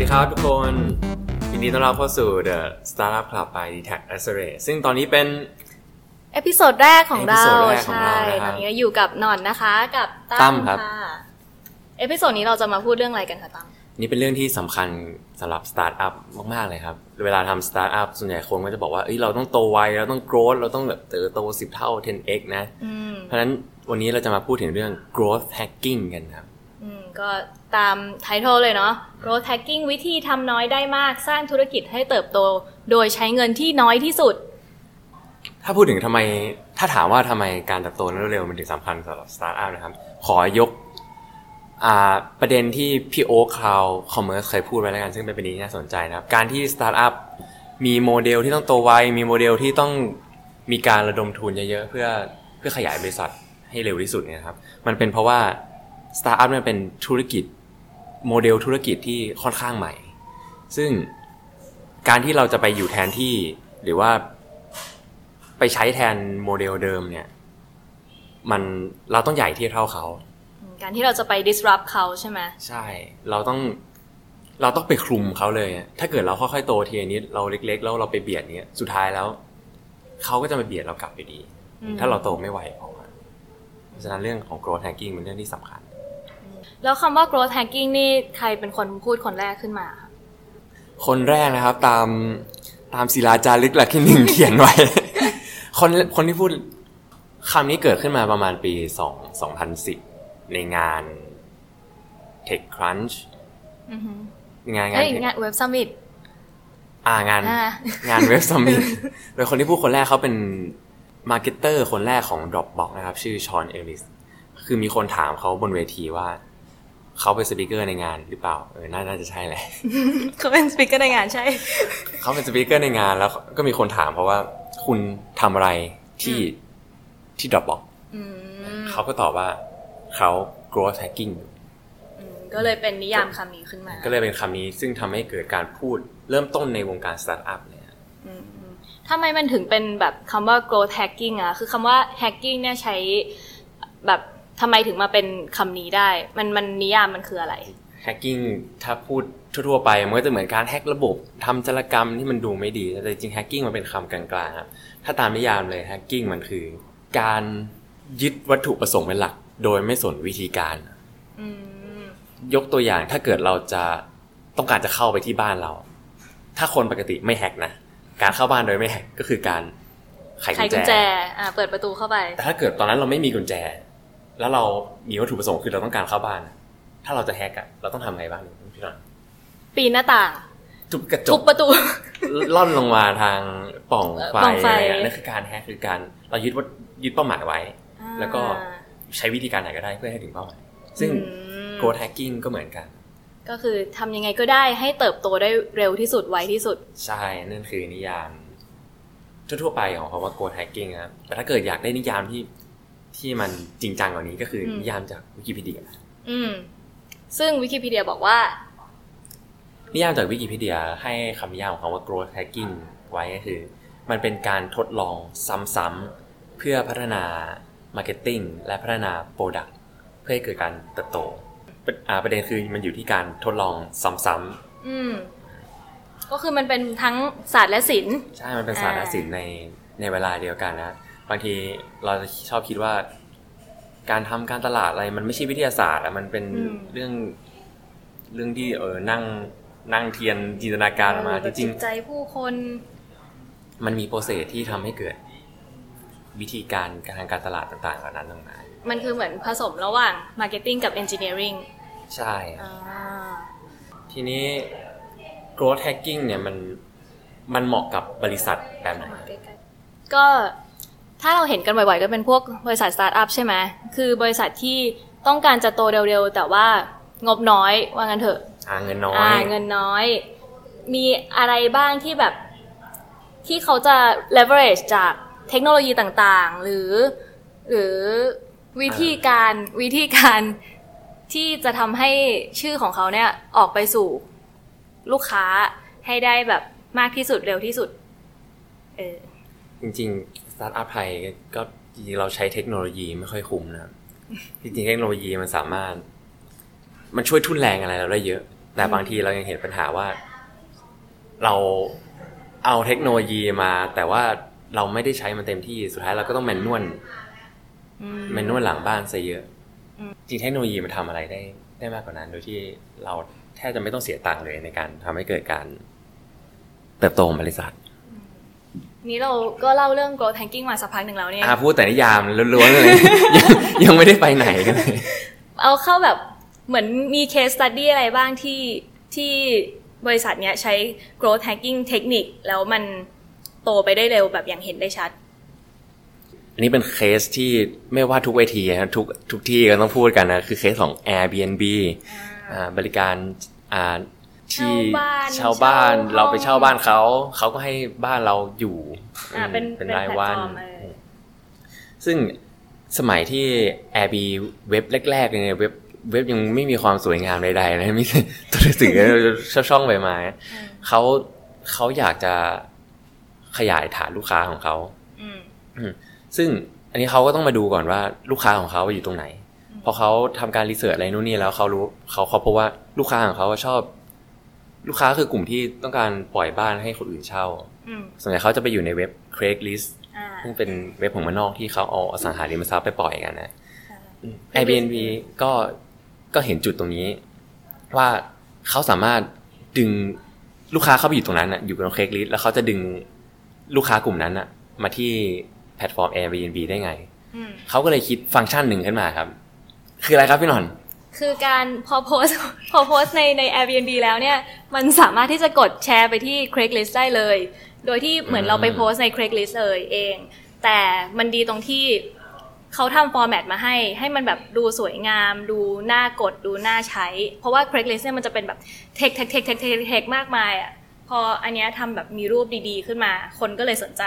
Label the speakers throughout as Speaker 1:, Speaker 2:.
Speaker 1: ดีครับทุกคนยินดีต้อนรับเข้าสู่ The Startup Club by d t a c a c c e l e r a t e ซึ่งตอนนี้เป็น
Speaker 2: เอพิโซดแรกของเรา
Speaker 1: เอพิโซดแรกของ
Speaker 2: ใช่
Speaker 1: เรานะครับ
Speaker 2: ตอนนี้ก็อยู่กับหนอนนะคะกับ
Speaker 1: ตั้
Speaker 2: ตั้
Speaker 1: ม
Speaker 2: ม
Speaker 1: ครับ
Speaker 2: ค่ะเอพิโซดนี้เราจะมาพูดเรื่องอะไรกันคะตั้ม
Speaker 1: นี่เป็นเรื่องที่สำคัญสำหรับสตาร์ทอัพมาก ๆ เลยครับ เวลาทำสตาร์ทอัพส่วนใหญ่คนก็จะบอกว่าเอ้ยเราต้องโตไว เราต้อง growth เราต้องแบบเติบโต 10 เท่า 10x นะ
Speaker 2: อืม
Speaker 1: เพราะฉะนั้นวันนี้เราจะมาพูดถึงเรื่อง growth hacking กันครับ
Speaker 2: อืมก็ตามไททอลเลยเนาะ growth hacking วิธีทำน้อยได้มากสร้างธุรกิจให้เติบโต โดยใช้เงินที่น้อยที่สุด
Speaker 1: ถ้าพูดถึงทำไม ถ้าถามว่าทำไมการเติบโตนั้นเร็วมันถึงสำคัญสำหรับสตาร์ทอัพนะครับ ขอยกอ่าประเด็นที่พี่โอ๊คคาวคอมเมอร์เคยพูดไว้แล้วกัน ซึ่งเป็นประเด็นที่น่าสนใจนะครับ การที่สตาร์ทอัพมีโมเดลที่ต้องโตไว มีโมเดลที่ต้องมีการระดมทุนเยอะๆ เพื่อเพื่อขยายบริษัทให้เร็วที่สุดเนี่ยนะครับ มันเป็นเพราะว่าสตาร์ทอัพมันเป็นธุรกิจโมเดลธุรกิจที่ค่อนข้างใหม่ ซึ่งการที่เราจะไปอยู่แทนที่หรือว่า ไปใช้แทนโมเดลเดิมเนี่ย มันเราต้องใหญ่เทียบเท่าเขา
Speaker 2: การที่เราจะไป disrupt เขาใช่ไหม
Speaker 1: ใช่ เราต้องเราต้องไปคลุมเขาเลยอะถ้าเกิดเราค่อยๆโตทีละนิดเราเล็ก ๆ แล้วเราไปเบียดเนี้ยสุดท้ายแล้วเขาก็จะมาเบียดเรากลับอยู่ดี
Speaker 2: อืม
Speaker 1: ถ้าเราโตไม่ไหวพออะเพราะฉะนั้นเรื่องของ growth hacking เป็นเรื่องที่สำคัญ
Speaker 2: แล้วคำว่า growth hacking นี่ใครเป็นคนพูดคนแรกขึ้นมาคะ
Speaker 1: คนแรกนะครับตามตามศิลาจารึกหลักที่หนึ่ง เขียนไว้ คนคนที่พูดคำนี้เกิดขึ้นมาประมาณปีสองสองพันสิบในงาน Tech Crunch
Speaker 2: อือหือง
Speaker 1: านงาน
Speaker 2: เอ้ย
Speaker 1: Tech-
Speaker 2: งาน Web Summit
Speaker 1: อ่างาน
Speaker 2: อ่า
Speaker 1: งานเว็บ u m มิ t โดยคนที่พูดคนแรกเขาเป็นมาร์เก็ตเตอร์คนแรกของ Dropbox นะครับ ชื่อชอนเอลิส คือมีคนถามเขาบนเวทีว่าเขาเป็นสปีกเกอร์ในงานหรือเปล่า เออนาน่าจะใช่แหละ
Speaker 2: เขาเป็น speaker ในงานใช่
Speaker 1: เขาเป็นสปีกเกอร์ในงานแล้วก็มีคนถามเพราะว่าคุณทำอะไรที่ที่ดรอปบอก
Speaker 2: อืม
Speaker 1: เขาก็ตอบว่าเขา growth hacking อยู่
Speaker 2: อืมก็เลยเป็นนิยามคำนี้ขึ้นมา
Speaker 1: ก็เลยเป็นคำนี้ซึ่งทำให้เกิดการพูดเริ่มต้นในวงการสตาร์ทอัพเนี่ย
Speaker 2: อืมอืมทำไมมันถึงเป็นแบบคำว่า growth hacking อะคือคำว่า hacking เนี่ยใช้แบบทำไมถึงมาเป็นคำนี้ได้ มันมันนิยามมันคืออะไร
Speaker 1: แฮกกิ้งถ้าพูดทั่วๆไป มันก็จะเหมือนการแฮกระบบทำจารกรรมที่มันดูไม่ดี แต่จริงแฮกกิ้งมันเป็นคำกลางๆครับถ้าตามนิยามเลยแฮกกิ้งมันคือ การยึดวัตถุประสงค์เป็นหลัก โดยไม่สนวิธีการ
Speaker 2: อืม
Speaker 1: ยกตัวอย่างถ้าเกิดเราจะต้องการจะเข้าไปที่บ้านเรา ถ้าคนปกติไม่แฮกนะ การเข้าบ้านโดยไม่แฮกก็คือการไข
Speaker 2: ไขกุ
Speaker 1: กุ
Speaker 2: ญ
Speaker 1: ญ
Speaker 2: แจ
Speaker 1: แจ
Speaker 2: อ่าเปิดประตูเข้าไป
Speaker 1: แต่ถ้าเกิดตอนนั้นเราไม่มีกุญแจ แล้วเรามีวัตถุประสงค์คือเราต้องการเข้าบ้านอะถ้าเราจะแฮกอะเราต้องทำไงบ้างพี่หนอน
Speaker 2: ปีนหน้าต่าง
Speaker 1: จุบกระจ
Speaker 2: ทุบ
Speaker 1: ก
Speaker 2: ประตู
Speaker 1: ล่อนลงมาทางปล่องไฟ
Speaker 2: ปล่องไฟ
Speaker 1: อะไรอะนั่นคือการแฮกคือการเรายึดวัตยึดเป้าหมายไว้ แล้วก็
Speaker 2: อ่า
Speaker 1: ใช้วิธีการไหนก็ได้เพื่อให้ถึงเป้าหมายซึ่ง
Speaker 2: อืม
Speaker 1: growth hacking ก็เหมือนกัน
Speaker 2: ก็คือทำยังไงก็ได้ให้เติบโตได้เร็วที่สุดไวที่สุด
Speaker 1: ใช่ นั่นคือนิยาม ทั่วๆไปของคำว่า growth hacking นะครับ แต่ถ้าเกิดอยากได้นิยามที่ที่มันจริงจังกว่านี้ก็คืออ
Speaker 2: ม
Speaker 1: นิยามจากวิกิพีเดีย
Speaker 2: อืม ซึ่งวิกิพีเดียบอกว่า
Speaker 1: นิยามจากวิกิพีเดียให้คำนิยามของคำว่า growth hacking ไว้ก็คือ มันเป็นการทดลองซ้ำๆเพื่อพัฒนา marketing และพัฒนา product เพื่อให้เกิดการเติบโตประอ่าประเด็นคือมันอยู่ที่การทดลองซ้ำ
Speaker 2: อืม ก็คือมันเป็นทั้งศาสตร์และศิลป์
Speaker 1: ๆใช่ มันเป็นศาสตร์ศิลป์ในในเวลาเดียวกันนะ บางทีเราจะชอบคิดว่า การทำการตลาดอะไรมันไม่ใช่วิทยาศาสตร์อะมันเป็น
Speaker 2: อืม
Speaker 1: เรื่องเรื่องที่เออนั่งนั่งเทียนจินตนาการออกมาจริง
Speaker 2: จิ
Speaker 1: ๆ
Speaker 2: ตใจผู้คน
Speaker 1: มันมีโปรเซสที่ทำให้เกิดวิธีการทางการตลาดต่างๆเหล่านั้นลงมา
Speaker 2: มันคือเหมือนผสมระหว่าง Marketing กับ Engineering
Speaker 1: ใช่ครับ
Speaker 2: อ่า
Speaker 1: ทีนี้ growth hacking เนี่ยมันมันเหมาะกับบริษัทแบบไหน
Speaker 2: ก็ถ้าเราเห็นกันบ่อยๆ ก็เป็นพวกบริษัทสตาร์ทอัพใช่ไหมคือบริษัทที่ต้องการจะโตเร็วๆ แต่ว่างบน้อยว่างั้นเถอะ
Speaker 1: อ่าเงินน้อ
Speaker 2: อ่าย เงินน้อย มีอะไรบ้างที่แบบที่เขาจะ leverage จากเทคโนโลยีต่างๆ หรือ หรือวิธีการวิธีการที่จะทำให้ชื่อของเขาเนี่ยออกไปสู่ลูกค้าให้ได้แบบมากที่สุดเร็วที่สุด เออ
Speaker 1: จริงๆสตาร์ทอัพไทยก็จริงๆเราใช้เทคโนโลยีไม่ค่อยคุ้ม นะครับจริงๆเทคโนโลยีมันสามารถ มันช่วยทุนแรงอะไรเราได้เยอะ แต่บางทีเรายังเห็นปัญหาว่า เราเอาเทคโนโลยีมา แต่ว่าเราไม่ได้ใช้มันเต็มที่สุดท้ายเราก็ต้องแมนนวล
Speaker 2: อืม
Speaker 1: แมนนวลหลังบ้านซะเยอะ จริงเทคโนโลยีมันทำอะไรได้ได้มากกว่านั้น โดยที่เราแทบจะไม่ต้องเสียตังค์เลยในการทำให้เกิดการเติบโตของบริษัท
Speaker 2: นี่เราก็เล่าเรื่อง growth hacking มาสักพักหนึ่งแล้วเนี่ย
Speaker 1: อาพูดแต่นิยามล้วนๆเลย ยังยังไม่ได้ไปไหนกันเลย
Speaker 2: เอาเข้าแบบเหมือนมี case study อะไรบ้างที่ที่บริษัทเนี้ยใช้ growth hacking เทคนิคแล้วมันโตไปได้เร็วแบบอย่างเห็นได้ชัด
Speaker 1: อันนี้เป็นเคสที่ไม่ว่าทุกเวทีนะทุกทุกที่ก็ต้องพูดกันนะ คือเคสของ Airbnb อ่าบริการอ่าที่
Speaker 2: เช่า
Speaker 1: เช่า
Speaker 2: บ้า
Speaker 1: บ้าน น
Speaker 2: เช่าห้อง
Speaker 1: เราไปเช่าบ้านเขา เขาก็ให้บ้านเราอยู่
Speaker 2: อ่าเป็น
Speaker 1: เป็น
Speaker 2: เป็น
Speaker 1: รายวัน
Speaker 2: แพลตฟอร์มเออ
Speaker 1: ซึ่งสมัยที่ Airbnb เว็บแรกๆเลยเนี่ยเว็บเว็บยังไม่มีความสวยงามใดๆนะ มีแต่ตัวหนังสือ ช่อง ๆใบไม้เขาเขาอยากจะขยายฐานลูกค้าของเขา
Speaker 2: อืม
Speaker 1: ซึ่งอันนี้เขาก็ต้องมาดูก่อนว่าลูกค้าของเขาอยู่ตรงไหน
Speaker 2: อืม
Speaker 1: พอเขาทำการรีเสิร์ชอะไรนู่นนี่แล้วเขารู้เขาเขาพบว่าลูกค้าของเขาชอบ ลูกค้าคือกลุ่มที่ต้องการปล่อยบ้านให้คนอื่นเช่า
Speaker 2: อืม
Speaker 1: ส่วนใหญ่เขาจะไปอยู่ในเว็บ Craigslist
Speaker 2: อ่า
Speaker 1: ซึ่งเป็นเว็บของเมองนอกที่เขาเอาอสังหาริมทรัพย์ไปปล่อยกันนะ
Speaker 2: ค่ะ
Speaker 1: Airbnb ก็ก็เห็นจุดตรงนี้ ว่าเขาสามารถดึงลูกค้าเข้าไปอยู่ตรงนั้นอ่ะอยู่บนเคกลิสแล้วเขาจะดึงลูกค้ากลุ่มนั้นอ่ะ มาที่แพลตฟอร์ม Airbnb ได้ไง
Speaker 2: อืม
Speaker 1: เขาก็เลยคิดฟังก์ชันหนึ่งขึ้นมาครับ คืออะไรครับพี่หนอน
Speaker 2: คือการพอโพส พอโพสในใน Airbnb แล้วเนี่ย มันสามารถที่จะกดแชร์ไปที่ Craigslist ได้เลย โดยที่เหมือน
Speaker 1: อืม
Speaker 2: เราไปโพสใน Craigslist เลยเอง แต่มันดีตรงที่เขาทำฟอร์แมตมาให้ ให้มันแบบดูสวยงาม ดูน่ากดดูน่าใช้ เพราะว่า Craigslist เนี่ยมันจะเป็นแบบเทคเทคเทคเทคเทคมากมายอ่ะพออันเนี้ยทำแบบมีรูปดีๆ ขึ้นมา คนก็เลยสนใจ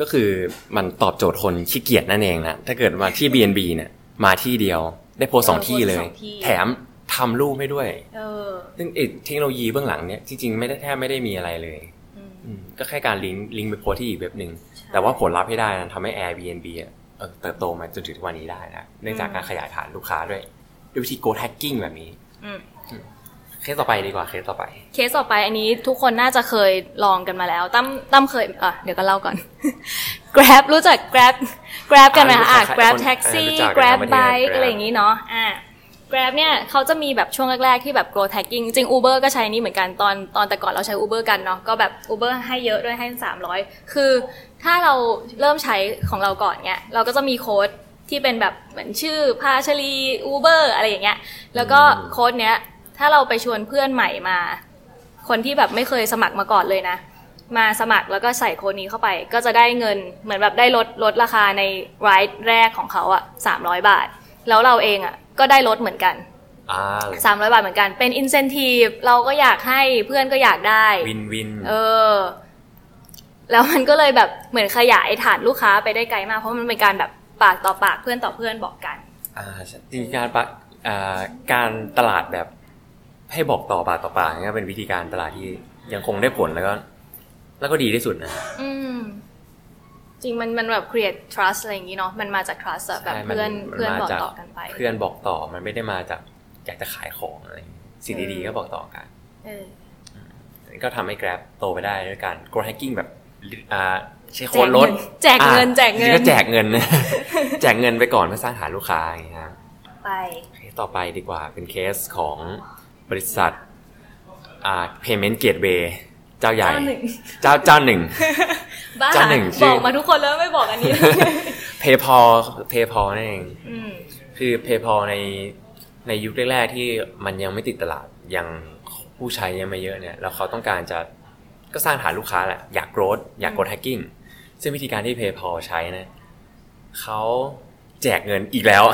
Speaker 1: ก็คือมันตอบโจทย์คนขี้เกียจนั่นเองนะ ถ้าเกิดมาที่ BNB เนี่ยมาที่เดียว ได้โพสต์สองที่เลย
Speaker 2: โพสต์สองที่
Speaker 1: แถมทำรูปให้ด้วย
Speaker 2: เออ
Speaker 1: ซึ่งไอ้เทคโนโลยีเบื้องหลังเนี่ยจริงๆไม่ได้แทบไม่ได้มีอะไรเลย
Speaker 2: อืม
Speaker 1: อืมก็แค่การลิงก์ลิงก์ไปโพสต์ที่อีกเว็บหนึ่ง
Speaker 2: ใช่
Speaker 1: แต่ว่าผลลัพธ์ที่ได้นั้นทำให้ Airbnb อะเออเติบโตมาจนถึงทุกวันนี้ได้นะเนื่องจากการขยายฐานลูกค้าด้วยด้วยวิธี g o แ a c k i n g แบบนี้
Speaker 2: อืม
Speaker 1: เคสต่อไปดีกว่าเคสต่อไป
Speaker 2: เคสต่อไปอันนี้ทุกคนน่าจะเคยลองกันมาแล้ว ตั้มตั้มเคยเอ่ะเดี๋ยวก็เล่าก่อน Grab รู้จัก Grab Grab กันไหมคะอ่ะ
Speaker 1: อ่ารู้จักคน
Speaker 2: Grab Taxi
Speaker 1: อ่ารู้จัก
Speaker 2: Grab
Speaker 1: ในประเทศ
Speaker 2: Bike
Speaker 1: Grab
Speaker 2: อะไรอย่างนี้เนาะอ่ะ Grab เนี่ยเขาจะมีแบบช่วงแรก ๆ ที่แบบ grow tagging จริง Uber ก็ใช้นี่เหมือนกันตอนตอนแต่ก่อนเราใช้ Uber กันเนาะก็แบบ Uber ให้เยอะด้วยให้ 300 คือถ้าเราเริ่มใช้ของเราก่อนเนี่ยเราก็จะมีโค้ดที่เป็นแบบเหมือนชื่อพาชลี Uber อะไรอย่างเงี้ยแล้วก็โค้ดเนี้ยถ้าเราไปชวนเพื่อนใหม่มา คนที่แบบไม่เคยสมัครมาก่อนเลยนะ มาสมัครแล้วก็ใส่โค้ดนี้เข้าไป ก็จะได้เงินเหมือนแบบได้ลดลดราคาในรายแรกของเขาอะสามร้อยบาท แล้วเราเองอะก็ได้ลดเหมือนกัน
Speaker 1: อ่า
Speaker 2: 300 บาทเหมือนกัน เป็นอินเซน i v e เราก็อยากให้เพื่อนก็อยากได้
Speaker 1: วินวิน
Speaker 2: เออ แล้วมันก็เลยแบบเหมือนขยายฐานลูกค้าไปได้ไกลมาก เพราะมันเป็นการแบบปากต่อปากเพื่อนต่อเพื่อนบอกกัน
Speaker 1: อ่าใช่จริงๆการปะอ่าการตลาดแบบให้บอกต่อปากต่อปากเนี่ยเป็นวิธีการตลาดที่ยังคงได้ผลแล้วก็ แล้วก็ดีที่สุดนะ
Speaker 2: อืม จริงมันมันแบบ create trust อะไรอย่างนี้เนาะมันมาจาก trust อะแบบ
Speaker 1: ใช่มั
Speaker 2: เพื่อน
Speaker 1: มั
Speaker 2: เพื่อน
Speaker 1: มา
Speaker 2: บอก
Speaker 1: จาก
Speaker 2: ต่อกันไป
Speaker 1: เพื่อนบอกต่อมันไม่ได้มาจากอยากจะขายของอะไรอย่างงี้สิ่งดี
Speaker 2: เออ
Speaker 1: ๆก็บอกต่อกัน
Speaker 2: เออ
Speaker 1: ก็ทำให้ Grab โตไปได้ด้วยการ g r o w hacking แบบอ่าใช้
Speaker 2: แจ
Speaker 1: โค้
Speaker 2: ก
Speaker 1: ด
Speaker 2: เงิ
Speaker 1: ล
Speaker 2: น
Speaker 1: ด
Speaker 2: แจกเงิน
Speaker 1: อ่ะจ
Speaker 2: แจกเงิน
Speaker 1: ริๆก็แจกเงินนะ แจกเงินไปก่อนเพื่อสร้างฐานลูกค้าอย่างนี้ย
Speaker 2: ไป
Speaker 1: เคสต่อไปดีกว่าเป็นเคสของบริษัทอ่า payment gateway เจ้าใหญ่
Speaker 2: เจ้าหนึ่ง
Speaker 1: เจ้าเจ้าหนึ่ง
Speaker 2: บ้า
Speaker 1: เจ้าหนึ่งชื่
Speaker 2: บ
Speaker 1: อ
Speaker 2: อกมาทุกคนแล้วไม่บอกอันนี้
Speaker 1: paypal paypal นั่นเอง
Speaker 2: อืม
Speaker 1: คือ paypal ในในยุคแรกๆที่มันยังไม่ติดตลาดยังผู้ใช้ยังไม่เยอะเนี่ยแล้วเขาต้องการจะก็สร้างฐานลูกค้าแหละอยากโกรธอยากโกรธแฮกกิ้งซึ่งวิธีการที่ paypal ใช้นะเขาแจกเงินอีกแล้ว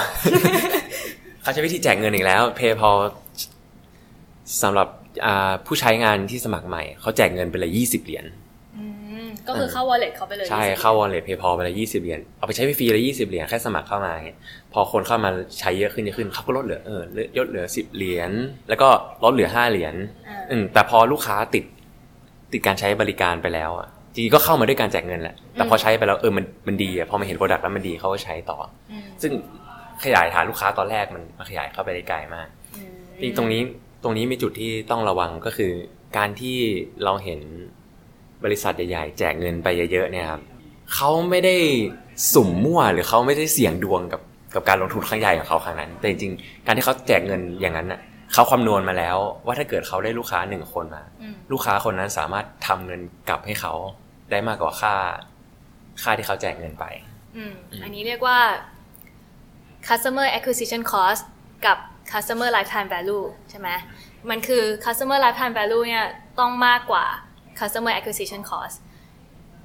Speaker 1: เขาใช้วิธีแจกเงินอีกแล้ว PayPal สำหรับอ่าผู้ใช้งานที่สมัครใหม่ เขาแจกเงินไปเลยยี่สิบเหรียญ
Speaker 2: อืม ก็คือเข้า wallet เขาไปเลย
Speaker 1: ใช่ เข้า wallet PayPal ไปเลยยี่สิบเหรียญ เอาไปใช้ฟรีๆเลยยี่สิบเหรียญแค่สมัครเข้ามาเงี้ยพอคนเข้ามาใช้เยอะขึ้นเยอะขึ้นเขาก็ลดเหลือเออลดเหลือสิบเหรียญ แล้วก็ลดเหลือห้าเหรียญ
Speaker 2: อ่า
Speaker 1: อืมแต่พอลูกค้าติดติดการใช้บริการไปแล้วอ่ะจริงๆก็เข้ามาด้วยการแจกเงินแหละ แต่พอใช้ไปแล้วเออมันมันดีอ่ะพอมาเห็นโปรดักต์แล้วมันดีเขาก็ใช้ต่อ
Speaker 2: อืม
Speaker 1: ซึ่งขยายฐานลูกค้าตอนแรกมันมันขยายเข้าไปได้ไกลมาก จริงๆตรงนี้ ตรงนี้มีจุดที่ต้องระวังก็คือ การที่เราเห็นบริษัทใหญ่ๆ แจกเงินไปเยอะๆเนี่ยครับเขาไม่ได้สุ่มมั่วหรือเขาไม่ได้เสี่ยงดวงกับกับการลงทุนครั้งใหญ่ของเขาครั้งนั้น แต่จริงๆการที่เขาแจกเงินอย่างนั้นน่ะเขาคำนวณมาแล้ว ว่าถ้าเกิดเขาได้ลูกค้าหนึ่งคนมา
Speaker 2: อืม
Speaker 1: ลูกค้าคนนั้นสามารถทำเงินกลับให้เขาได้มากกว่าค่า ค่าที่เขาแจกเงินไป
Speaker 2: อืมอันนี้เรียกว่า customer acquisition cost กับ customer lifetime value ใช่ไหมมันคือ customer lifetime value เนี่ยต้องมากกว่า customer acquisition cost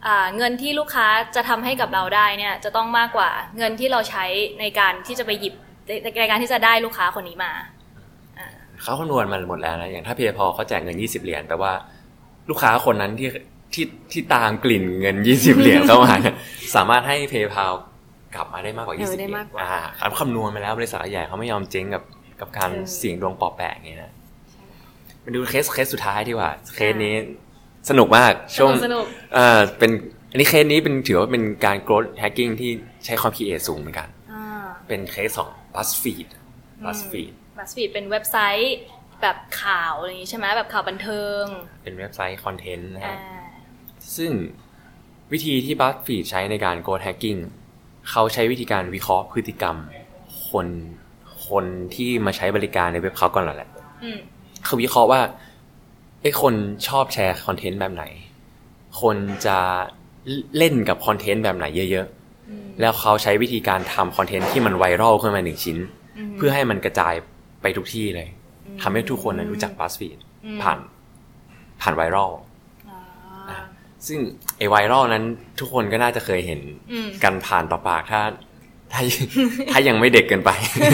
Speaker 2: อ่าเงินที่ลูกค้าจะทำให้กับเราได้เนี่ยจะต้องมากกว่าเงินที่เราใช้ในการที่จะไปหยิบในในการที่จะได้ลูกค้าคนนี้มา
Speaker 1: เขาคำนวณมันหมดแล้วนะ อย่างถ้าเพียพอเขาแจกเงิน 20 เหรียญแปลว่า ลูกค้าคนนั้นที่ที่ที่ตามกลิ่นเงิน 20 เหรียญเข้ามาเนี่ย สามารถให้เพย์พากลับมาได้มากกว่า 20
Speaker 2: เออ
Speaker 1: เหรี
Speaker 2: ได้
Speaker 1: ยญ
Speaker 2: มากกว่า
Speaker 1: อ่าเขาคำนวณมาแล้วบริษัทใหญ่เขาไม่ยอมเจ๊งกับกับการ
Speaker 2: เออ
Speaker 1: เสี่ยงดวงปอบแปะอย่างเงี้ยนะมาดูเคสเคสสุดท้ายดีกว่า เคสนี้สนุกมากช่วง
Speaker 2: สนุก
Speaker 1: เอ่อเป็นอันนี้เคสนี้เป็นถือว่าเป็นการ growth hacking ที่ใช้ความคิดเอสูงเหมือนกัน
Speaker 2: อ่า
Speaker 1: เป็นเคสของ BuzzFeed BuzzFeed
Speaker 2: บัสฟีดเป็นเว็บไซต์แบบข่าวอะไรอย่างนี้ใช่ไหมแบบข่าวบันเทิง
Speaker 1: เป็นเว็บไซต์คอนเทนต์นะ
Speaker 2: อ่า
Speaker 1: ฮะ ซึ่งวิธีที่บัฟฟีดใช้ในการ g o แฮกกิ้งเขาใช้วิธีการวิเคราะห์พฤติกรรม คนคนที่มาใช้บริการในเว็บเขาก่อนแหละ
Speaker 2: อืม
Speaker 1: เขาวิเคราะห์ว่าไอ้คนชอบแชร์คอนเทนต์แบบไหน คนจะเล่นกับคอนเทนต์แบบไหนเยอะ
Speaker 2: อืม
Speaker 1: ๆ แล้วเขาใช้วิธีการทำคอนเทนต์ที่มันไวรัลขึ้นมาหนึ่งชิ้น
Speaker 2: ม
Speaker 1: เพื่อให้มันกระจายไปทุกที่เลยทำให้ทุกคนนะรู้จักบัฟฟีด
Speaker 2: อืม
Speaker 1: ผ่านผ่านไวรัล
Speaker 2: อ่า
Speaker 1: ซึ่งไอไวรัลนั้นทุกคนก็น่าจะเคยเห็น
Speaker 2: อืม
Speaker 1: กันผ่านต่อปากถ้าถ้า ถ้ายังไม่เด็กเกินไป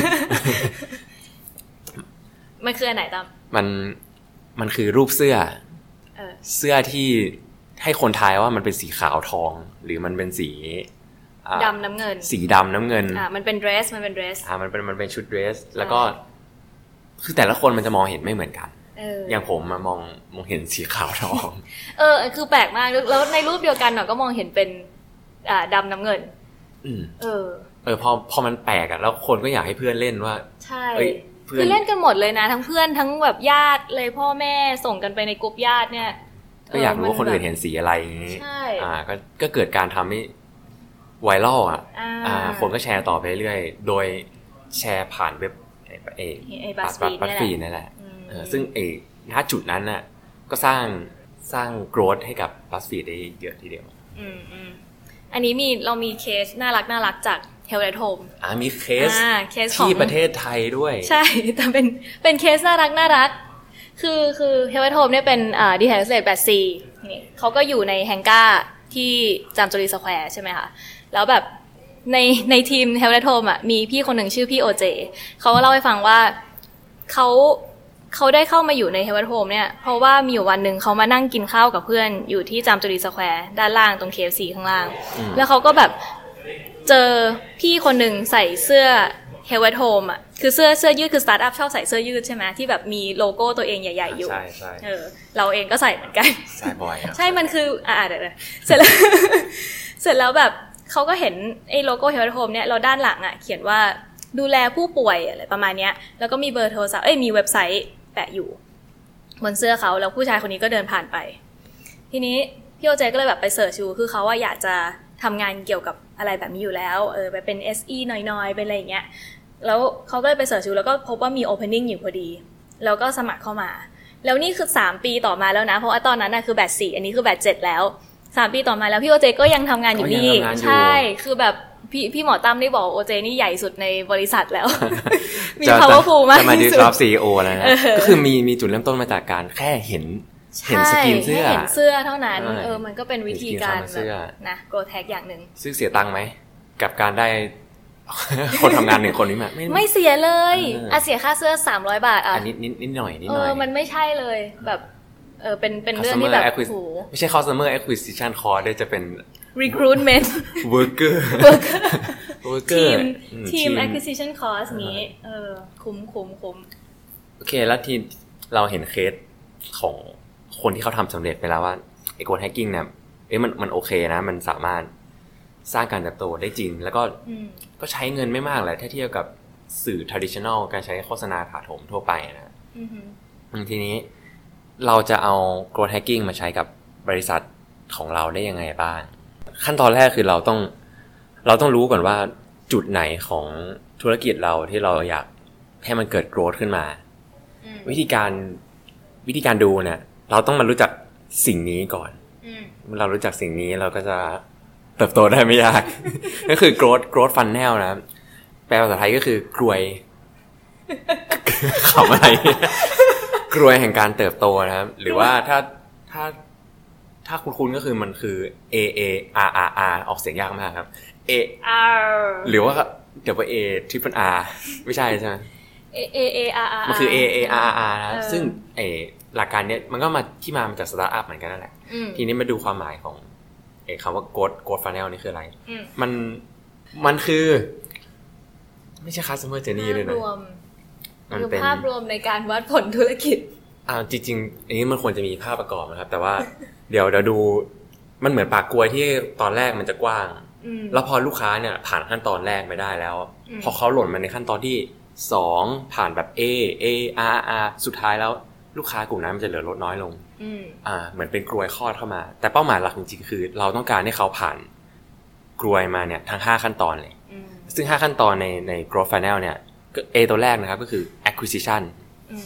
Speaker 2: มันคืออันไหนตาม
Speaker 1: มันมันคือรูปเสื้อ
Speaker 2: เออ
Speaker 1: เสื้อที่ให้คนทายว่ามันเป็นสีขาวทอง หรือมันเป็นสีอ่า
Speaker 2: ดำน้ำเงิน
Speaker 1: สีดำน้ำเงิน
Speaker 2: อ่ามันเป็นเดรสมันเป็นเดรส
Speaker 1: อ่ามันเป็นมันเป็นชุดเดรส แล้วก็
Speaker 2: อ่
Speaker 1: คือแต่ละคนมันจะมองเห็นไม่เหมือนกัน
Speaker 2: เออ
Speaker 1: อย่างผมมามองมองเห็นสีขาวทอง
Speaker 2: เออคือแปลกมากแล้วแล้วในรูปเดียวกันเนาะก็มองเห็นเป็นอ่าดำน้ำเงิน
Speaker 1: อืม
Speaker 2: เออ
Speaker 1: เออพอพอมันแปลกอะแล้วคนก็อยากให้เพื่อนเล่นว่า
Speaker 2: ใช่
Speaker 1: เอ้ยเพื่อน
Speaker 2: คือเล่นกันหมดเลยนะ ทั้งเพื่อนทั้งแบบญาติเลยพ่อแม่ส่งกันไปในกลุ่มญาติเนี่ย
Speaker 1: ก็อยากรู้ว่าคนอื่น
Speaker 2: เ
Speaker 1: เห็นสีอะไรอย่างนี้
Speaker 2: ใช่
Speaker 1: อ่า ก็ก็เกิดการทำให้ไวรัลอ่ะ
Speaker 2: อ่า
Speaker 1: อ่า คนก็แชร์ต่อไปเรื่อยๆ โดยแชร์ผ่านเว็บไอ้ไอ้
Speaker 2: ไอ้บัส
Speaker 1: บั
Speaker 2: ฟี
Speaker 1: ต
Speaker 2: ด
Speaker 1: บัตฟี
Speaker 2: เนี่ยแหละ
Speaker 1: นั่นแหละ
Speaker 2: อืม
Speaker 1: เออซึ่งไอ้ณจุดนั้นน่ะ ก็สร้างสร้างโกรธให้กับบัสฟีได้เยอะทีเดียว
Speaker 2: อืมอืมอันนี้มีเรามีเคสน่ารักน่ารักจาก Hell at Home
Speaker 1: อ่า มีเคส
Speaker 2: อ่าเคสของ
Speaker 1: ที่ประเทศไทยด้วย
Speaker 2: ใช่ แต่เป็นเป็นเคสน่ารักน่ารัก คือคือ Hell at Home เนี่ยเป็นอ่าดีแฮนเซตแบดซีนี่เขาก็อยู่ในแฮงก้าที่จามจุรีสแควร์ใช่ไหมคะแล้วแบบในในทีม Hell at Home อ่ะมีพี่คนหนึ่งชื่อพี่โอเจเขาก็เล่าให้ฟังว่าเขาเขาได้เข้ามาอยู่ใน Hell at Home เนี่ยเพราะว่ามีอยู่วันหนึ่งเขามานั่งกินข้าวกับเพื่อนอยู่ที่จามจุรีสแควร์ด้านล่างตรง KFC ข้างล่าง
Speaker 1: อืม
Speaker 2: แล้วเขาก็แบบ เจอพี่คนหนึ่งใส่เสื้อ h e l l at Home อ่ะ คือเสื้อเสื้อยืดคือสตาร์ทอัพชอบใส่เสื้อยืดใช่ไหมที่แบบมีโลโก้ตัวเองใหญ่ ๆ อยู่
Speaker 1: ใช่ใช่
Speaker 2: เออ เราเองก็ใส่เหมือนกัน
Speaker 1: สายบอยอะ
Speaker 2: ใช่ มันคือ อ่าเดี๋ยวนะเสร็จแล้ว เสร็จแล้วแบบเขาก็เห็นไอ้โลโก้เฮลท์โฮมเนี่ยเราด้านหลังอ่ะ เขียนว่าดูแลผู้ป่วยอะไรประมาณเนี้ย แล้วก็มีเบอร์โทรศัพท์ เอ้ย มีเว็บไซต์แปะอยู่ บนเสื้อเขา แล้วผู้ชายคนนี้ก็เดินผ่านไป ทีนี้พี่โอเจก็เลยแบบไปเสิร์ชดูคือเขาว่าอยากจะทำงานเกี่ยวกับอะไรแบบนี้อยู่แล้ว เออ ไปเป็น SE หน่อยๆ เป็นอะไรอย่างเงี้ย แล้วเขาก็เลยไปเสิร์ชดูแล้วก็พบว่ามี opening อยู่พอดี แล้วก็สมัครเข้ามา แล้วนี่คือ 3 ปีต่อมาแล้วนะ เพราะว่าตอนนั้นน่ะคือแบตสี่อันนี้คือแบตเจ็ดแล้ว 3 ปีต่อมาแล้วพี่โอเจก็ยังทำงานอยู่นี่ ใช่ คือแบบพี่พี่หมอตั้มได้บอกโอเจนี่ใหญ่สุดในบริษัทแล้ว มี
Speaker 1: จะจะ
Speaker 2: powerful มาก
Speaker 1: จะมาดิ
Speaker 2: ที่
Speaker 1: ส
Speaker 2: สุด
Speaker 1: รับซีโอแล้วนะ
Speaker 2: เออ
Speaker 1: ก็คือมีมีจุดเริ่มต้นมาจากการแค่เห็นเห็นสกรีนเสื้อ
Speaker 2: ใช่แค่เห็นเสื้อเท่านั้น
Speaker 1: ใช่
Speaker 2: เออ มันก็เป็นวิธีการ
Speaker 1: เห็นสกรีนเสื้อ
Speaker 2: แบบนะโกแท็กอย่างหนึ่ง
Speaker 1: ซึ่งเสียตังค์ไหม กับการได้ คนทำงานหนึ่งคนนี้มา
Speaker 2: ไม่เสียเลย
Speaker 1: เอออ่
Speaker 2: อ่ะเสียค่าเสื้อ 300 บาทอ่ะ
Speaker 1: อันนี้นิดนิดหน่อยนิดห
Speaker 2: เอ
Speaker 1: น่อ
Speaker 2: อย มันไม่ใช่เลยแบบเออเป็นเป็นเรื่อง
Speaker 1: Customer
Speaker 2: ที่แบบ
Speaker 1: acquis-
Speaker 2: โห
Speaker 1: ไม่ใช่ customer acquisition cost ด้วยจะ เป็น
Speaker 2: recruitment
Speaker 1: worker worker
Speaker 2: ทีม
Speaker 1: อื
Speaker 2: ทีม acquisition cost นี้ เออ คุ้มคุ้มคุ้ม
Speaker 1: โอเค แล้วทีมเราเห็นเคสของคนที่เขาทำสำเร็จไปแล้วว่าไอ้ g o แฮกกิ้งเนี่ยเอ้ยมันมันโอเคนะ มันสามารถสร้างการเติบโตได้จริง แล้วก็
Speaker 2: อืม
Speaker 1: ก็ใช้เงินไม่มากแหละถ้าเทียบกับสื่อ traditional การใช้โฆษณาถาโถมทั่วไปนะ
Speaker 2: อือหือ
Speaker 1: อืมทีนี้เราจะเอา growth hacking มาใช้กับบริษัทของเราได้ยังไงบ้าง ขั้นตอนแรกคือเราต้องเราต้องรู้ก่อนว่าจุดไหนของธุรกิจเราที่เราอยากให้มันเกิด growth ขึ้นมา
Speaker 2: อืม
Speaker 1: วิธีการวิธีการดูเนี่ย เราต้องมารู้จักสิ่งนี้ก่อน
Speaker 2: อืม
Speaker 1: เรารู้จักสิ่งนี้เราก็จะเติบโตได้ไม่ยาก ก็คือ growth growth funnel นะครับแปลภาษาไทยก็คือกรวย ขำอะไร กรวยแห่งการเติบโตนะครับ หรือว่าถ้าถ้าถ้าคุ้นๆก็คือมันคือ A A R R R ออกเสียงยากมากครับ A
Speaker 2: อา
Speaker 1: หรือว่า W A triple R ไม่ใช่ใช่ไหม
Speaker 2: เอเอเออาอา
Speaker 1: มันคือ A A R R R นะครับ
Speaker 2: เออ
Speaker 1: ซึ่งเออหลักการเนี้ยมันก็มาที่มามาจากสตาร์ทอัพเหมือนกันนั่นแหละ
Speaker 2: อืม
Speaker 1: ทีนี้มาดูความหมายของเออคำว่า growth growth funnel นี่คืออะไร
Speaker 2: อืม
Speaker 1: มัน มันคือ ไม่ใช่ customer journey เลยนะ
Speaker 2: ภาพรวม
Speaker 1: มัน
Speaker 2: คือ
Speaker 1: เป็น
Speaker 2: ภาพรวมในการวัดผลธุรกิจ
Speaker 1: อ่าจริงๆอันนี้มันควรจะมีภาพประกอบนะครับ แต่ว่า เดี๋ยวเดี๋ยวดู มันเหมือนปากกลวยที่ตอนแรกมันจะกว้าง
Speaker 2: อืม
Speaker 1: แล้วพอลูกค้าเนี่ย ผ่านขั้นตอนแรกไปได้แล้ว
Speaker 2: อืม
Speaker 1: พอเขาหล่นมาในขั้นตอนที่สองผ่านแบบ A A R R สุดท้ายแล้วลูกค้ากลุ่มนั้นมันจะเหลือลดน้อยลง
Speaker 2: อืม
Speaker 1: อ่าเหมือนเป็นกรวยคลอดเข้ามา แต่เป้าหมายหลักจริงๆคือ เราต้องการให้เขาผ่านกรวยมาเนี่ยทั้ง 5 ขั้นตอนเลย
Speaker 2: อืม
Speaker 1: ซึ่ง 5 ขั้นตอนในใน growth funnel เนี่ยก็ A ตัวแรกนะครับก็คือ acquisition
Speaker 2: อืม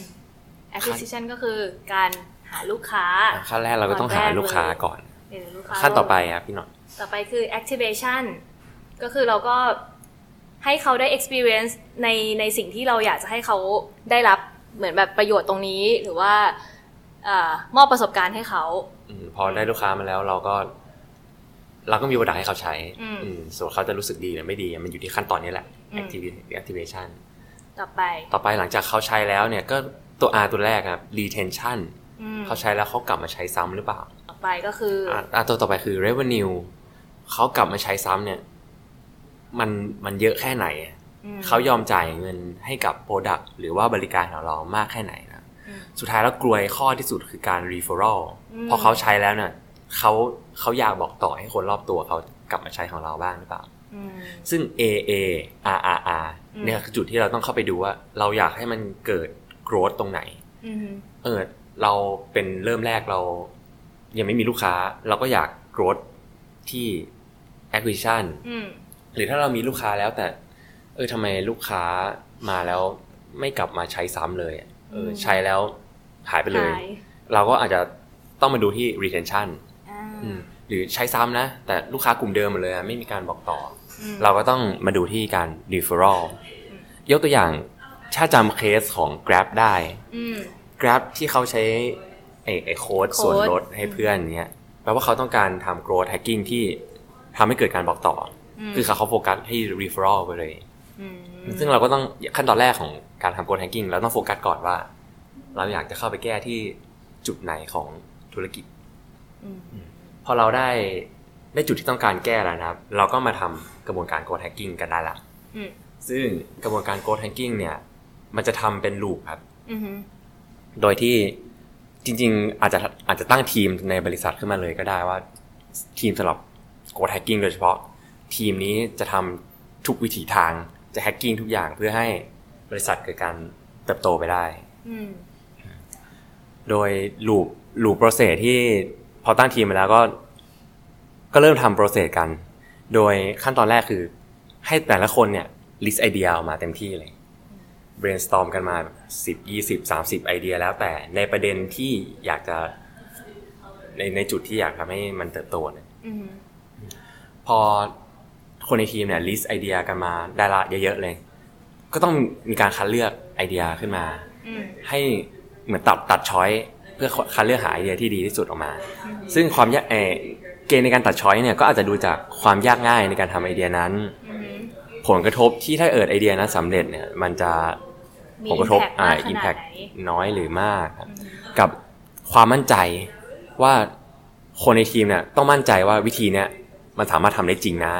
Speaker 2: acquisition ก็คือการหาลูกค้า
Speaker 1: อ่ะขั้นแรกเราก็ต้องหาลูกค้าก่อน
Speaker 2: เออลูกค้า
Speaker 1: ขั้นต่อไปครับพี่หน่อย
Speaker 2: ต่อไปคือ activation ก็คือเราก็ให้เขาได้ experience ในในสิ่งที่เราอยากจะให้เขาได้รับเหมือนแบบประโยชน์ตรงนี้ หรือว่าเออมอบประสบการณ์ให้เขา
Speaker 1: อืมพอได้ลูกค้ามาแล้วเราก็ เราก็มีโปรดักต์ให้เขาใช้
Speaker 2: อืม
Speaker 1: อืมส่วนเขาจะรู้สึกดีหรือไม่ดี มันอยู่ที่ขั้นตอนนี้แหละ
Speaker 2: อืม
Speaker 1: activation activation
Speaker 2: ต่อไป
Speaker 1: ต่อไปหลังจากเขาใช้แล้วเนี่ยก็ตัว R ตัวแรกครับ retention
Speaker 2: อืม
Speaker 1: เขาใช้แล้วเขากลับมาใช้ซ้ำหรือเปล่า
Speaker 2: ต่อไปก็คืออ
Speaker 1: อะอ่ะตัวต่อไปคือ revenue เขากลับมาใช้ซ้ำเนี่ย มันมันเยอะแค่ไหนอะ
Speaker 2: ม
Speaker 1: เขายอมจ่ายเงินให้กับ Product หรือว่าบริการของเรามากแค่ไหนนะ
Speaker 2: อืม
Speaker 1: สุดท้ายแล้วกลวยข้อที่สุดคือการ referral
Speaker 2: อืม
Speaker 1: พอเขาใช้แล้วเนี่ยเขาเขาอยากบอกต่อให้คนรอบตัวเขากลับมาใช้ของเราบ้างหรือเปล่า
Speaker 2: อืม
Speaker 1: ซึ่ง A A R R R
Speaker 2: อืม
Speaker 1: เนี่ยคือจุดที่เราต้องเข้าไปดูว่า เราอยากให้มันเกิด growth ตรงไหน
Speaker 2: อืม
Speaker 1: เออเราเป็นเริ่มแรกเรา ยังไม่มีลูกค้า เราก็อยาก growth ที่ acquisition
Speaker 2: อืม
Speaker 1: หรือถ้าเรามีลูกค้าแล้วแต่ เออทำไมลูกค้ามาแล้วไม่กลับมาใช้ซ้ำเลยอะเออใช้แล้วหายไปเลย
Speaker 2: หาย
Speaker 1: เราก็อาจจะต้องมาดูที่ retention
Speaker 2: อ่า
Speaker 1: อืมหรือใช้ซ้ำนะ แต่ลูกค้ากลุ่มเดิมหมดเลยอะไม่มีการบอกต่อ
Speaker 2: อืม
Speaker 1: เราก็ต้องมาดูที่การ referral
Speaker 2: อืม
Speaker 1: ยกตัวอย่างถ้าจำเคสของ Grab ได้
Speaker 2: อืม
Speaker 1: Grab ที่เขาใช้ไอ้ไอ้โค้ด
Speaker 2: โค้ด
Speaker 1: ส่วนลดให้เพื่อนเนี้ยแปลว่าเขาต้องการทำ growth hacking ที่ทำให้เกิดการบอกต่ออ
Speaker 2: ม
Speaker 1: คือเขาเขาโฟกัสให้ referral ไปเลย
Speaker 2: อืม
Speaker 1: ซึ่งเราก็ต้องขั้นตอนแรกของการทำ growth hacking เราต้องโฟกัสก่อนว่า เราอยากจะเข้าไปแก้ที่จุดไหนของธุรกิจ
Speaker 2: อืม
Speaker 1: พอเราได้ได้จุดที่ต้องการแก้แล้วนะครับ เราก็มาทำกระบวนการ growth hacking กันได้ละ
Speaker 2: อืม
Speaker 1: ซึ่งกระบวนการ growth hacking เนี่ย มันจะทำเป็นลูปครับ
Speaker 2: อืม
Speaker 1: โดยที่จริงๆ อาจจะอาจจะตั้งทีมในบริษัทขึ้นมาเลยก็ได้ว่า ทีมสำหรับ Code Hacking โดยเฉพาะ ทีมนี้จะทำทุกวิถีทางจะแฮกกิ้งทุกอย่างเพื่อให้บริษัทเกิดการเติบโตไปได้
Speaker 2: อืม
Speaker 1: โดยลูปลูปโปรเซสที่พอตั้งทีมมาแล้วก็ ก็เริ่มทำโปรเซสกัน โดยขั้นตอนแรกคือ ให้แต่ละคนเนี่ย list ไอเดียออกมาเต็มที่เลย brainstorm กันมา 10 20 30 ไอเดียแล้วแต่ในประเด็นที่อยากจะ ในในจุดที่อยากทำให้มันเติบโตเนี่ย
Speaker 2: อืม
Speaker 1: พอคนในทีมเนี่ยลิสต์ไอเดียกันมาได้ละเยอะๆเลย ก็ต้องมีการคัดเลือกไอเดียขึ้นมา
Speaker 2: อืม
Speaker 1: ให้เหมือนตัดตัดช้อยเพื่อคัดเลือกหาไอเดียที่ดีที่สุดออกมา ซึ่งความยากเอ่อเกณฑ์ในการตัดช้อยเนี่ยก็อาจจะดูจากความยากง่ายในการทำไอเดียนั้น
Speaker 2: อืม
Speaker 1: ผลกระทบที่ถ้าเอิดไอเดียนั้นสำเร็จเนี่ยมันจะ
Speaker 2: มี
Speaker 1: ผลกระทบ
Speaker 2: อ่า
Speaker 1: อิ
Speaker 2: อิม
Speaker 1: ม
Speaker 2: แพ
Speaker 1: แพ
Speaker 2: ค
Speaker 1: คน้อยหรือมากครับ
Speaker 2: อืม
Speaker 1: กับความมั่นใจว่าคนในทีมเนี่ยต้องมั่นใจว่าวิธีเนี่ยมันสามารถทำได้จริงนะ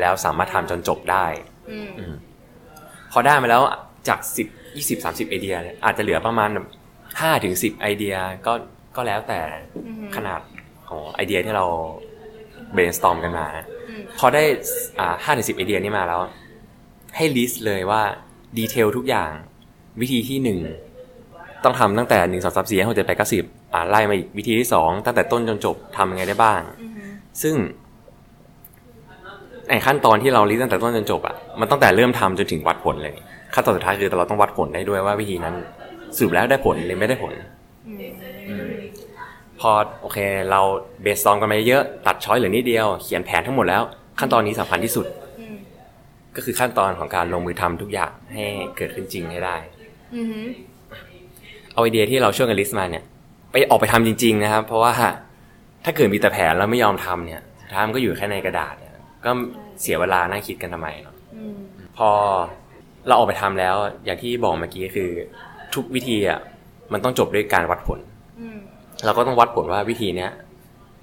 Speaker 1: แล้วสามารถทำจนจบได้
Speaker 2: อืม
Speaker 1: พอได้มาแล้วจาก 10 20 30 ไอเดียเนี่ยอาจจะเหลือประมาณ5ถึง10 ไอเดียก็ก็แล้วแต่
Speaker 2: อืม
Speaker 1: ขนาดของไอเดียที่เรา brainstorm กันมานะ
Speaker 2: อืม
Speaker 1: พอได้อ่า5ถึง10 ไอเดียนี้มาแล้ว ให้ list เลยว่าดีเทลทุกอย่างวิธีที่ 1 ต้องทำตั้งแต่หนึ่งสองสามสี่ห้าหกเจ็ดแปดเก้าสิบอ่าไล่มาอีกวิธีที่สองตั้งแต่ต้นจนจบทำยังไงได้บ้าง
Speaker 2: อือฮึ
Speaker 1: ซึ่งไอขั้นตอนที่เราลิสต์ตั้งแต่ต้นจนจบอะมันตั้งแต่เริ่มทำจนถึงวัดผลเลย ขั้นตอนสุดท้ายคือเราต้องวัดผลได้ด้วยว่าวิธีนั้นสรุปแล้วได้ผลหรือไม่ได้ผล
Speaker 2: อืม
Speaker 1: พอโอเคเราเบสซองกันมาเยอะตัดช้อยเหลือนิดเดียวเขียนแผนทั้งหมดแล้ว ขั้นตอนนี้สำคัญที่สุด
Speaker 2: อืม
Speaker 1: ก็คือขั้นตอนของการลงมือทำทุกอย่างให้เกิดขึ้นจริงให้ได้
Speaker 2: อือฮึ
Speaker 1: เอาไอเดียที่เราช่วยกันลิสต์มาเนี่ย ไปออกไปทำจริง ๆ นะครับ เพราะว่าถ้าเกิดมีแต่แผนแล้วไม่ยอมทำเนี่ยสุดท้ายมันก็อยู่แค่ในกระดาษเนี่ยก็เสียเวลานั่งคิดกันทำไมเนาะ
Speaker 2: อืม
Speaker 1: พอเราออกไปทำแล้วอย่างที่บอกเมื่อกี้คือทุกวิธีอ่ะมันต้องจบด้วยการวัดผล
Speaker 2: อืม
Speaker 1: เราก็ต้องวัดผลว่าวิธีเนี้ย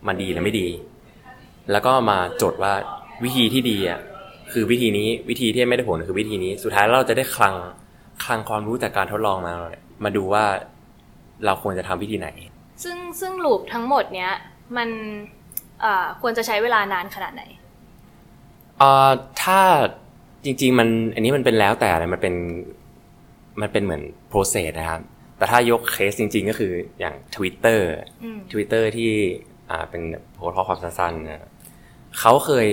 Speaker 1: มันดีหรือไม่ดี แล้วก็มาจดว่าวิธีที่ดีอ่ะคือวิธีนี้วิธีที่ไม่ได้ผลคือวิธีนี้ สุดท้ายแล้วเราจะได้คลังคลังความรู้จากการทดลองมาเนี่ยมาดูว่าเราควรจะทำวิธีไหน
Speaker 2: ซึ่งซึ่งลูปทั้งหมดเนี้ยมันเอ่อควรจะใช้เวลานานขนาดไหน
Speaker 1: เอ่อถ้าจริงๆมันอันนี้มันเป็นแล้วแต่เลยมันเป็นมันเป็นเหมือน process นะครับ แต่ถ้ายกเคสจริง ๆ ก็คืออย่าง Twitter
Speaker 2: อืม
Speaker 1: Twitter ที่อ่าเป็นโพสต์ข้อความสั้นๆนะเขาเคย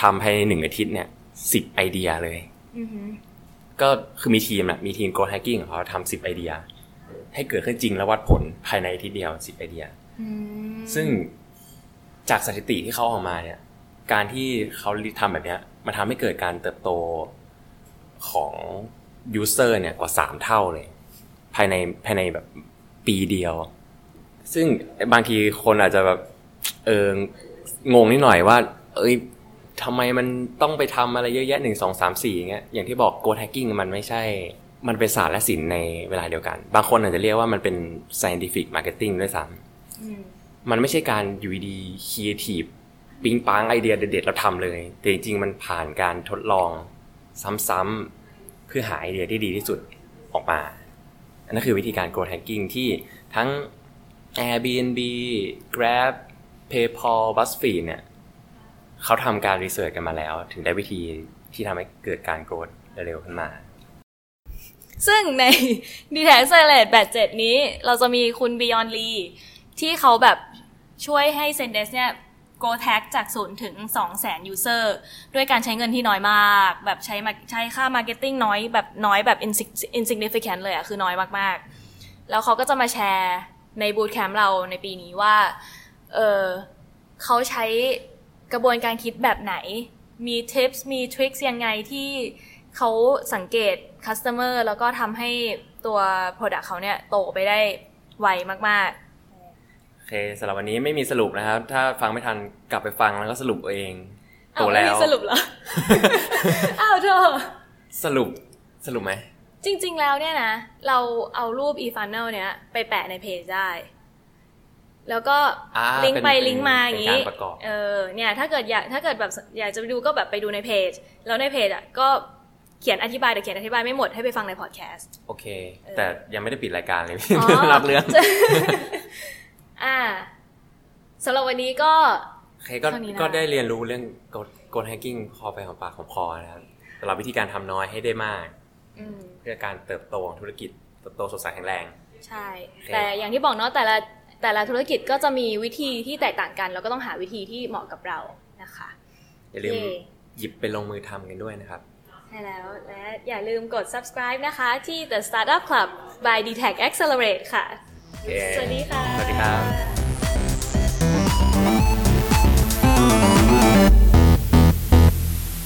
Speaker 1: ทำภายในหนึ่งอาทิตย์เนี่ยสิบไอเดียเลย
Speaker 2: อือฮึ
Speaker 1: ก็คือมีทีมอะมีทีม Go Hacking ของเขาทำสิบไอเดีย ให้เกิดขึ้นจริงและวัดผลภายในอาทิตย์เดียวสิบไอเดีย
Speaker 2: อืม
Speaker 1: ซึ่งจากสถิติที่เขาออกมาเนี่ย การที่เขาทำแบบเนี้ยมันทำให้เกิดการเติบโตของยูเซอร์เนี่ยกว่า 3 เท่าเลย ภายในภายในแบบปีเดียว ซึ่งบางทีคนอาจจะแบบเอองงนิดหน่อยว่า เอ้ยทำไมมันต้องไปทำอะไรเยอะแยะหนึ่งสองสามสี่อย่างเงี้ยอย่างที่บอกโกดแฮกกิ้งมันไม่ใช่ มันเป็นศาสตร์และศิลป์ในเวลาเดียวกัน บางคนอาจจะเรียกว่ามันเป็น scientific marketing ด้วยซ้ำ
Speaker 2: อืม
Speaker 1: มันไม่ใช่การอยู่ดีครีเอทีฟปิ๊งปังไอเดียเด็ดๆเราทำเลย แต่จริงๆ มันผ่านการทดลองซ้ำๆเพื่อหาไอเดียที่ดีที่สุดออกมา อันนั้นคือวิธีการ growth hacking ที่ทั้ง Airbnb Grab PayPal BuzzFeed เนี่ยเขาทำการรีเสิร์ชกันมาแล้ว ถึงได้วิธีที่ทำให้เกิดการ growth เร็วๆขึ้นมา
Speaker 2: ซึ่งใน ดีแท็กเซเลตแบดเจ็ดนี้ เราจะมีคุณบิยอนลีที่เขาแบบช่วยให้เซนเดสเนี่ยโกแท็กจากศูนย์ถึง 2 0 0 0 0 0 ยูเซอร์ด้วยการใช้เงินที่น้อยมาก แบบใช้มาใช้ค่ามาร์เก็ตติ้งน้อยแบบน้อยแบบ insi- insignificant เลยอะคือน้อยมากๆ แล้วเขาก็จะมาแชร์ในบูตแคมป์เราในปีนี้ว่า เออเขาใช้กระบวนการคิดแบบไหน มีทิปส์มีทริคยังไงที่เขาสังเกต customer แล้วก็ทำให้ตัว product เขาเนี่ยโตไปได้ไวมาก
Speaker 1: โอเคสำหรับวันนี้ไม่มีสรุปนะครับ ถ้าฟังไม่ทันกลับไปฟังแล้วก็สรุปเอาเอง
Speaker 2: ๆ
Speaker 1: โต
Speaker 2: อ้าวไม่
Speaker 1: แล้
Speaker 2: มี
Speaker 1: ว
Speaker 2: สรุปเหร อ อ้าวเธอ
Speaker 1: สรุปสรุปไหม
Speaker 2: จริงๆ แล้วเนี่ยนะ เราเอารูป e-funnel เนี้ยไปแปะในเพจได้ แล้วก็
Speaker 1: อ่า
Speaker 2: ลิงก์ไป
Speaker 1: เป็น
Speaker 2: ลิงก์มาอย่างนี้
Speaker 1: เป็นการประกอบ
Speaker 2: เออเนี่ยถ้าเกิดอยากถ้าเกิดแบบอยากจะไปดูก็แบบไปดูในเพจ แล้วในเพจอ่ะก็เขียนอธิบายแต่เขียนอธิบายไม่หมดให้ไปฟังในพอดแคสต์
Speaker 1: โอเค
Speaker 2: เออ
Speaker 1: แต่ยังไม่ได้ปิดรายการเลย
Speaker 2: อ๋อ
Speaker 1: รับเรื่อง
Speaker 2: อ่าสำหรับวันนี้ก็
Speaker 1: โอเคก็
Speaker 2: เท่านี้นะ
Speaker 1: ก็ได้เรียนรู้เรื่องกดแฮกกิ้งพอไปของปากของคอนะครับสำหรับวิธีการทำน้อยให้ได้มาก
Speaker 2: อืม
Speaker 1: เพื่อการเติบโตของธุรกิจเติบโตสดใสแข็งแรง
Speaker 2: ใช่ แต่อย่างที่บอกเนาะแต่ละแต่ละธุรกิจก็จะมีวิธีที่แตกต่างกัน แล้วก็ต้องหาวิธีที่เหมาะกับเรานะคะ
Speaker 1: อย่าลืม
Speaker 2: เย้
Speaker 1: หยิบไปลงมือทำกันด้วยนะครับ
Speaker 2: ใช่แล้ว และอย่าลืมกด subscribe นะคะที่ The Startup Club by d t a c Accelerate ค่ะ
Speaker 1: โอเค
Speaker 2: สวัสดีค่ะ
Speaker 1: สวัสดีครับ